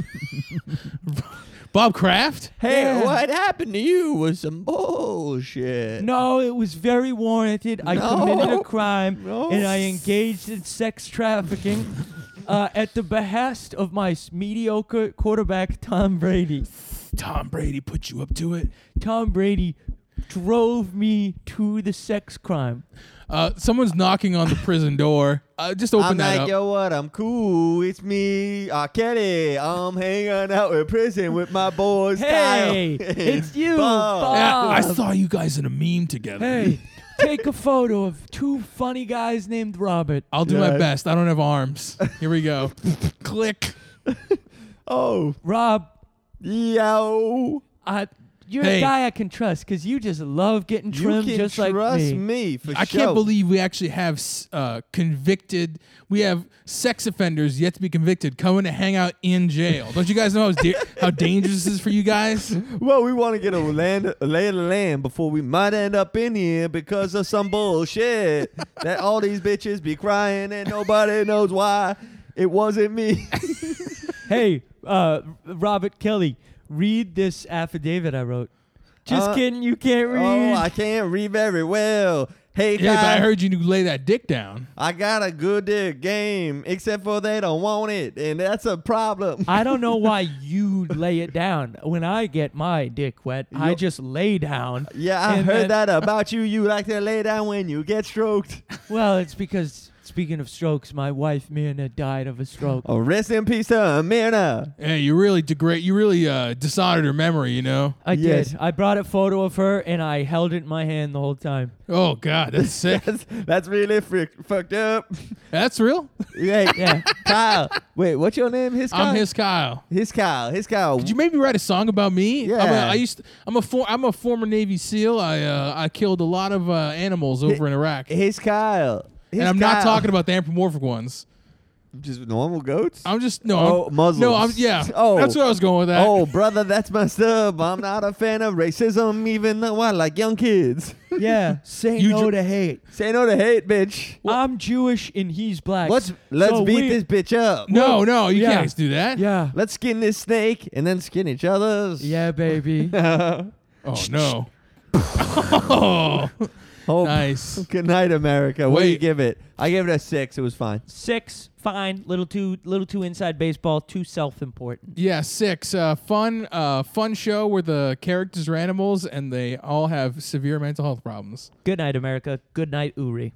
Bob Kraft? hey, Yeah. what happened to you was some bullshit. No, it was very warranted. I No. committed a crime No. and I engaged in sex trafficking uh, at the behest of my s- mediocre quarterback, Tom Brady. Tom Brady put you up to it. Tom Brady drove me to the sex crime. Uh, someone's knocking on the prison door. Uh, just open I'm that like, up. yo, what? I'm cool. It's me, R. Kelly. I'm hanging out in prison with my boys. Kyle Hey, and it's you, Bob. Yeah, I Bob. saw you guys in a meme together. Hey, take a photo of two funny guys named Robert. I'll do my Yeah. best. I don't have arms. Here we go. Click. Oh, Rob, yo. I, you're Hey. a guy I can trust because you just love getting You trimmed can just trust like me. for I sure. can't believe we actually have uh, convicted. We have sex offenders yet to be convicted coming to hang out in jail. Don't you guys know how, da- how dangerous this is for you guys? Well, we want to get a land, a lay of the land before we might end up in here because of some bullshit that all these bitches be crying and nobody knows why. It wasn't me. hey, uh, Robert Kelly, read this affidavit I wrote. Just Uh, kidding. You can't read. Oh, I can't read very well. Hey, Yeah, but I guys, heard you lay that dick down. I got a good uh, game, except for they don't want it, and that's a problem. I don't know why you lay it down. When I get my dick wet, I You'll- just lay down. yeah, I and heard then- that about you. You like to lay down when you get stroked. Well, it's because speaking of strokes, my wife Myrna died of a stroke. Oh, rest in peace to Amina. Hey, you really degrade. You really uh, dishonored her memory. You know. I yes. did. I brought a photo of her and I held it in my hand the whole time. Oh God, that's sick. That's, that's really frick, fucked up. that's real. Hey, Yeah. Kyle. Wait, what's your name? His Kyle. I'm his Kyle. His Kyle. His Kyle. Did you maybe write a song about me? I'm a, Yeah. I used. To, I'm a. For, I'm a former Navy SEAL. I uh, I killed a lot of uh, animals over in Iraq, His Kyle. His and I'm not Kyle. talking about the anthropomorphic ones. just normal goats. I'm just no. Oh, I'm, Muslims. No, I'm yeah. Oh. that's where I was going with that. Oh, brother, that's messed up. I'm not a fan of racism, even though I like young kids. Yeah. Say You no ju- to hate. Say no to hate, bitch. I'm Jewish and he's black. Let's let's So beat we- this bitch up. no, no, you yeah. can't do that. Yeah. Let's skin this snake and then skin each other's. Yeah, baby. Oh no. oh, Oh, nice. Good night, America. What do you Wait. give it? I gave it a six. It was fine. Six, fine. Little too, little too inside baseball. Too self-important. Yeah, six. Uh, fun, uh, fun show where the characters are animals and they all have severe mental health problems. Good night, America. Good night, Uri.